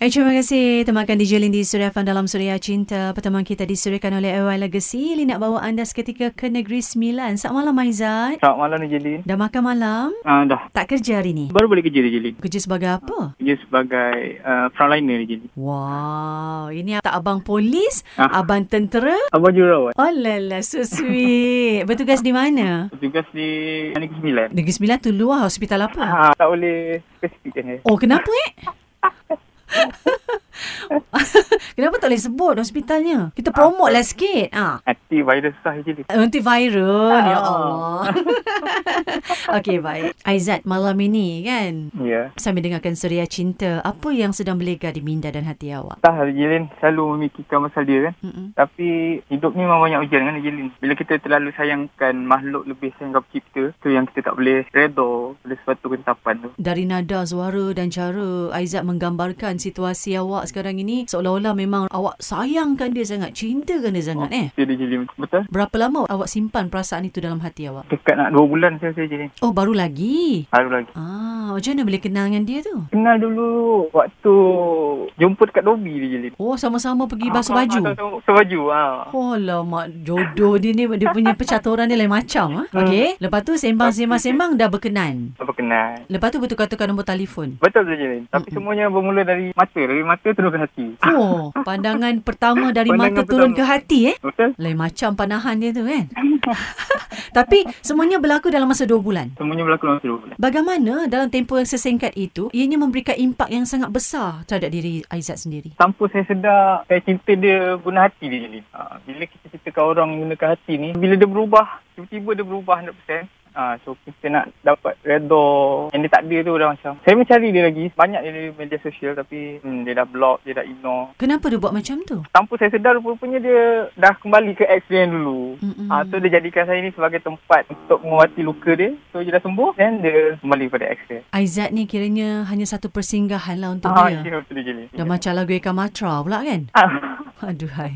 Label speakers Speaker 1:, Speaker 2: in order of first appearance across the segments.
Speaker 1: Eh, terima kasih temankan DJ Lin di Suria FM dalam Suria Cinta. Pertemuan kita disurikan oleh AY Legacy. Lin nak bawa anda seketika ke Negeri Sembilan. Selamat malam Aizat.
Speaker 2: Selamat malam DJ Lin.
Speaker 1: Dah makan malam?
Speaker 2: Ah, dah.
Speaker 1: Tak kerja hari ni?
Speaker 2: Baru boleh kerja DJ Lin.
Speaker 1: Kerja sebagai apa?
Speaker 2: Kerja sebagai uh, frontliner DJ Lin.
Speaker 1: Wow, ini tak abang polis,
Speaker 2: Ah.
Speaker 1: abang tentera.
Speaker 2: Abang Jurawat.
Speaker 1: Oh lala, so sweet. Bertugas di mana?
Speaker 2: Tugas di Negeri Sembilan.
Speaker 1: Negeri Sembilan tu luar hospital apa?
Speaker 2: Ah, tak boleh spesifik kan eh.
Speaker 1: Oh, kenapa eh? kenapa tak boleh sebut hospitalnya? Kita promote lah sikit. Ah.
Speaker 2: Nanti virus sah je Lin.
Speaker 1: Antiviral, ya
Speaker 2: Ah.
Speaker 1: Allah. Okey, baik. Aizat, malam ini kan,
Speaker 2: Ya.
Speaker 1: sambil dengarkan Suria Cinta, apa yang sedang berlega di minda dan hati awak?
Speaker 2: Tak DJ Lin selalu memikirkan pasal dia kan.
Speaker 1: Mm-mm.
Speaker 2: Tapi hidup ni memang banyak ujian kan DJ Lin. Bila kita terlalu sayangkan makhluk lebih sayang kepada kita, tu yang kita tak boleh redha oleh suatu kentapan tu.
Speaker 1: Dari nada, suara dan cara Aizat menggambarkan situasi awak sekarang ini seolah-olah memang awak sayangkan dia sangat, cintakan dia sangat eh.
Speaker 2: Itu DJ Lin. Betul?
Speaker 1: Berapa lama awak simpan perasaan itu dalam hati awak?
Speaker 2: Dekat nak 2 bulan saya saya DJ Lin.
Speaker 1: Oh, baru lagi?
Speaker 2: Baru lagi.
Speaker 1: Ah, macam mana boleh kenal dengan dia tu?
Speaker 2: Kenal dulu waktu jumpa dekat Dobi DJ Lin.
Speaker 1: Oh, sama-sama pergi
Speaker 2: Ah,
Speaker 1: basuh
Speaker 2: ah,
Speaker 1: baju?
Speaker 2: ah, Basuh basuh baju. Ah.
Speaker 1: Oh mak jodoh dia ni dia punya percaturan dia lain macam ah.
Speaker 2: Hmm.
Speaker 1: Okey, lepas tu sembang-sembang-sembang dah berkenan.
Speaker 2: Tak berkenal.
Speaker 1: Lepas tu bertukar-tukar nombor telefon.
Speaker 2: Betul saja ni. Tapi semuanya bermula dari mata. Dari mata turun ke hati.
Speaker 1: Oh, pandangan pertama dari
Speaker 2: Pandangan
Speaker 1: mata turun ke
Speaker 2: pertama.
Speaker 1: hati eh.
Speaker 2: Betul?
Speaker 1: Lain macam panahan dia tu kan. Tapi semuanya berlaku dalam masa 2 bulan.
Speaker 2: Semuanya berlaku dalam satu bulan.
Speaker 1: Bagaimana dalam tempoh yang sesingkat itu ianya memberikan impak yang sangat besar terhadap diri Aizat sendiri?
Speaker 2: Tanpa saya sedar, saya cinta dia guna hati dia jadi. Ha, bila kita cintakan orang gunakan hati ni, bila dia berubah, tiba-tiba dia berubah 100%. Ha, so kita nak dapat redha yang dia tak ada tu dah macam. Saya mencari dia lagi. Banyak dia di media sosial tapi hmm, dia dah block, dia dah ignore.
Speaker 1: Kenapa dia buat macam tu?
Speaker 2: Tanpa saya sedar rupanya dia dah kembali ke ex dia yang dulu.
Speaker 1: Mm-mm.
Speaker 2: Ah, so dia jadikan saya ni sebagai tempat untuk mengobati luka dia. So dia dah sembuh dan dia kembali pada ex dia.
Speaker 1: Aizat ni kiranya hanya satu persinggahan lah untuk
Speaker 2: Ah,
Speaker 1: dia.
Speaker 2: ya, betul dia jadi.
Speaker 1: Dah macam lagu Eka Matra pula kan?
Speaker 2: Ah,
Speaker 1: Aduhai.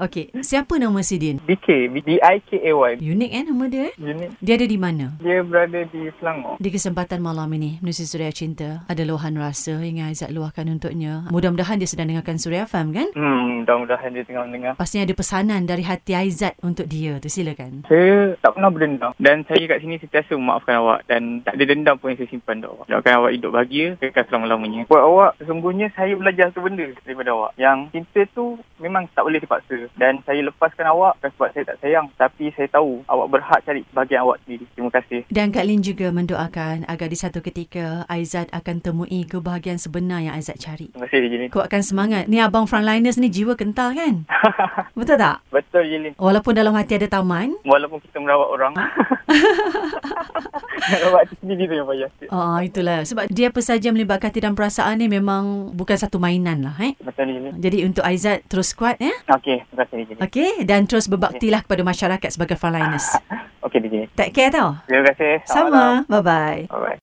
Speaker 1: Okey, siapa nama si Din?
Speaker 2: DK, D-I-K-A-Y.
Speaker 1: Unik eh nama dia eh?
Speaker 2: Unit
Speaker 1: Dia ada di mana?
Speaker 2: dia berada di Selangor.
Speaker 1: Di kesempatan malam ini, Nusi Suria Cinta ada luahan rasa yang Aizat luahkan untuknya. Mudah-mudahan dia sedang dengarkan Suria FM kan?
Speaker 2: Hmm, mudah-mudahan dia tengah mendengar.
Speaker 1: Pastinya ada pesanan dari hati Aizat untuk dia tu, silakan.
Speaker 2: Saya tak pernah berdendam dan saya kat sini sentiasa memaafkan awak dan tak ada dendam pun yang saya simpan untuk awak. Doakan awak hidup bahagia kekal selama-lamanya. Buat awak, sesungguhnya saya belajar satu benda daripada awak. Yang cinta tu memang tak boleh dipaksa dan saya lepaskan awak bukan sebab saya tak sayang tapi saya tahu awak berhak cari bahagian awak sendiri. Terima kasih.
Speaker 1: Dan Kak Lin juga mendoakan agar di satu ketika Aizat akan temui kebahagiaan sebenar yang Aizat cari.
Speaker 2: Terima kasih Jelin.
Speaker 1: Kuatkan semangat. Ni abang frontliners ni jiwa kental kan? Betul tak?
Speaker 2: Betul Jelin.
Speaker 1: Walaupun dalam hati ada taman,
Speaker 2: Walaupun kita merawat orang. Nak rawat tu sendiri tu yang payah.
Speaker 1: Ah itulah sebab dia apa saja melibatkan hati dan perasaan ni memang bukan satu mainan lah eh.
Speaker 2: Macam ni Jelin.
Speaker 1: Jadi untuk Aizat terus kuat ya. Eh?
Speaker 2: Okey, terima kasih Jelin.
Speaker 1: Okey dan terus berbaktilah kepada masyarakat sebagai frontliners.
Speaker 2: Okey Jelin.
Speaker 1: Take care tau.
Speaker 2: Terima kasih.
Speaker 1: Sama. Bye bye.
Speaker 2: Bye-bye.